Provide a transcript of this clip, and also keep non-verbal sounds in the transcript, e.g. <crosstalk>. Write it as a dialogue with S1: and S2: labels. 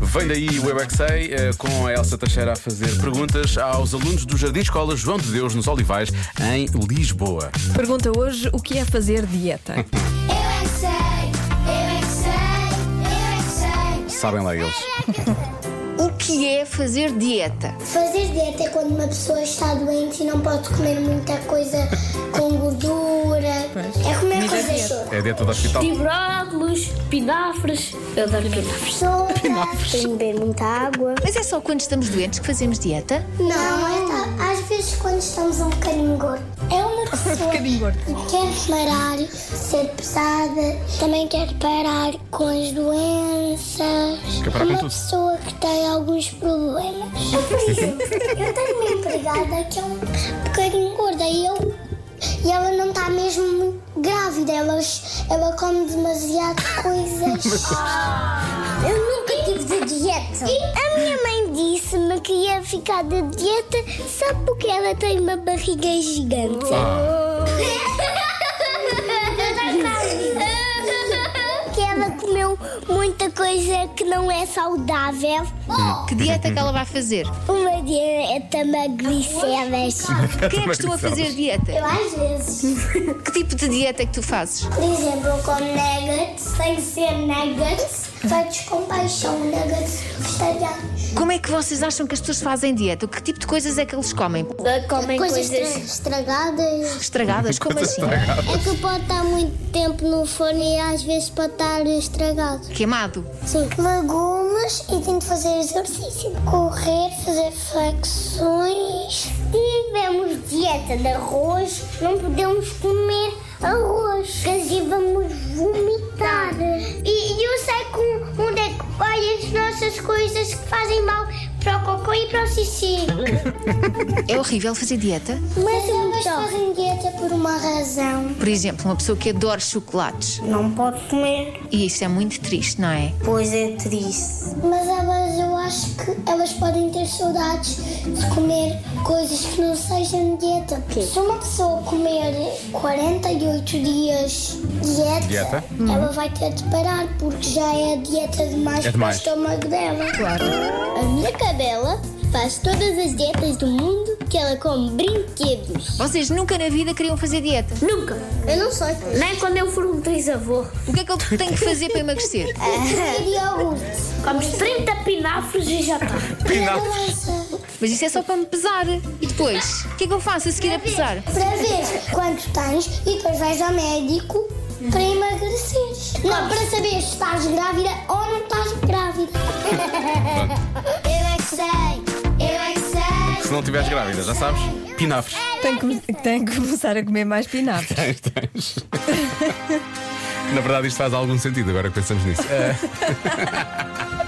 S1: Vem daí o Eu é Que Sei, eh, com a Elsa Teixeira a fazer perguntas aos alunos do Jardim Escola João de Deus nos Olivais, em Lisboa.
S2: Pergunta hoje o que é fazer dieta.
S3: Eu é que sei, é eu é que sei, eu é que é sei.
S1: Sabem lá eles.
S4: O que é fazer dieta?
S3: Fazer dieta é quando uma pessoa está doente e não pode comer muita coisa com gordura. É comer coisas soltas.
S1: É dentro do hospital.
S3: Brócolos, pinafres. Eu adoro pinafres. Soltas. Tem de beber muita água.
S4: <laughs> Mas é só quando estamos doentes que fazemos dieta?
S3: Não, é tá. às vezes quando estamos um bocadinho gordo. É uma pessoa que quer parar de ser pesada, também quer parar com as doenças.
S1: Quer parar com
S3: uma
S1: tudo.
S3: pessoa que tem alguns problemas.
S1: <laughs>
S3: Eu, por exemplo, eu tenho uma empregada que é um bocadinho gorda e eu. E ela não está mesmo muito grávida, ela, ela come demasiado
S1: <laughs>
S3: coisas. Ah! Eu nunca tive de dieta. a minha mãe disse-me que ia ficar de dieta só porque ela tem uma barriga gigante. que ela comeu muita coisa que não é saudável. Hum.
S4: Que dieta é que ela
S2: <laughs>
S4: vai fazer?
S3: Uma dieta magricéveis.
S4: Quem é que costuma fazer dieta?
S3: Eu às vezes.
S4: Que tipo de dieta é que tu fazes?
S3: Por exemplo, eu como nuggets, tem que ser nuggets feitos com paixão, nuggets vegetarianos.
S4: Como é que vocês acham que as pessoas fazem dieta? Que tipo de coisas é que eles comem?
S3: Ah, Comem coisas, estragadas.
S4: Estragadas? Como assim?
S3: É que pode estar muito tempo no forno e às vezes pode estar estragado.
S4: Queimado?
S3: Sim. Legumes e tenho de fazer exercício. Correr, fazer flexões. Tivemos dieta de arroz, não podemos comer arroz, porque íamos vomitar. E eu sei com onde é que vai as nossas coisas que fazem mal para o cocô e para o xixi.
S4: É horrível fazer dieta?
S3: Mas elas fazem dieta por uma razão.
S4: Por exemplo, uma pessoa que adora chocolates.
S3: Não pode comer
S4: E isso é muito triste, não é?
S3: Pois é triste. Mas elas, eu acho que elas podem ter saudades de comer coisas que não sejam dieta. Se uma pessoa comer 48 dias dieta,
S1: Dieta?
S3: ela vai ter de parar porque já é dieta demais
S1: É demais.
S3: para o estômago dela. Claro. A minha cadela faz todas as dietas do mundo que ela come brinquedos.
S4: Vocês nunca na vida queriam fazer dieta.
S3: Nunca. Eu não sei. Nem quando eu for um trisavô.
S4: O que é que eu tenho que fazer para emagrecer?
S3: E iogurte.
S5: Comes 30 pinafres e
S3: tá.
S5: já está.
S4: Mas isso é só para me pesar. E depois? O que é que eu faço a seguir a pesar?
S3: para ver quanto tens e depois vais ao médico para emagreceres. Não, para saber se estás grávida ou não estás grávida. <laughs> eu é que sei, eu é que sei. é
S1: Se não estiveres grávida, já sabes?
S3: <laughs>
S1: Pinafres.
S2: Tem que, tem que começar a comer mais pinapes.
S1: Tens, tens. Na verdade, isto faz algum sentido agora que pensamos nisso. Eh,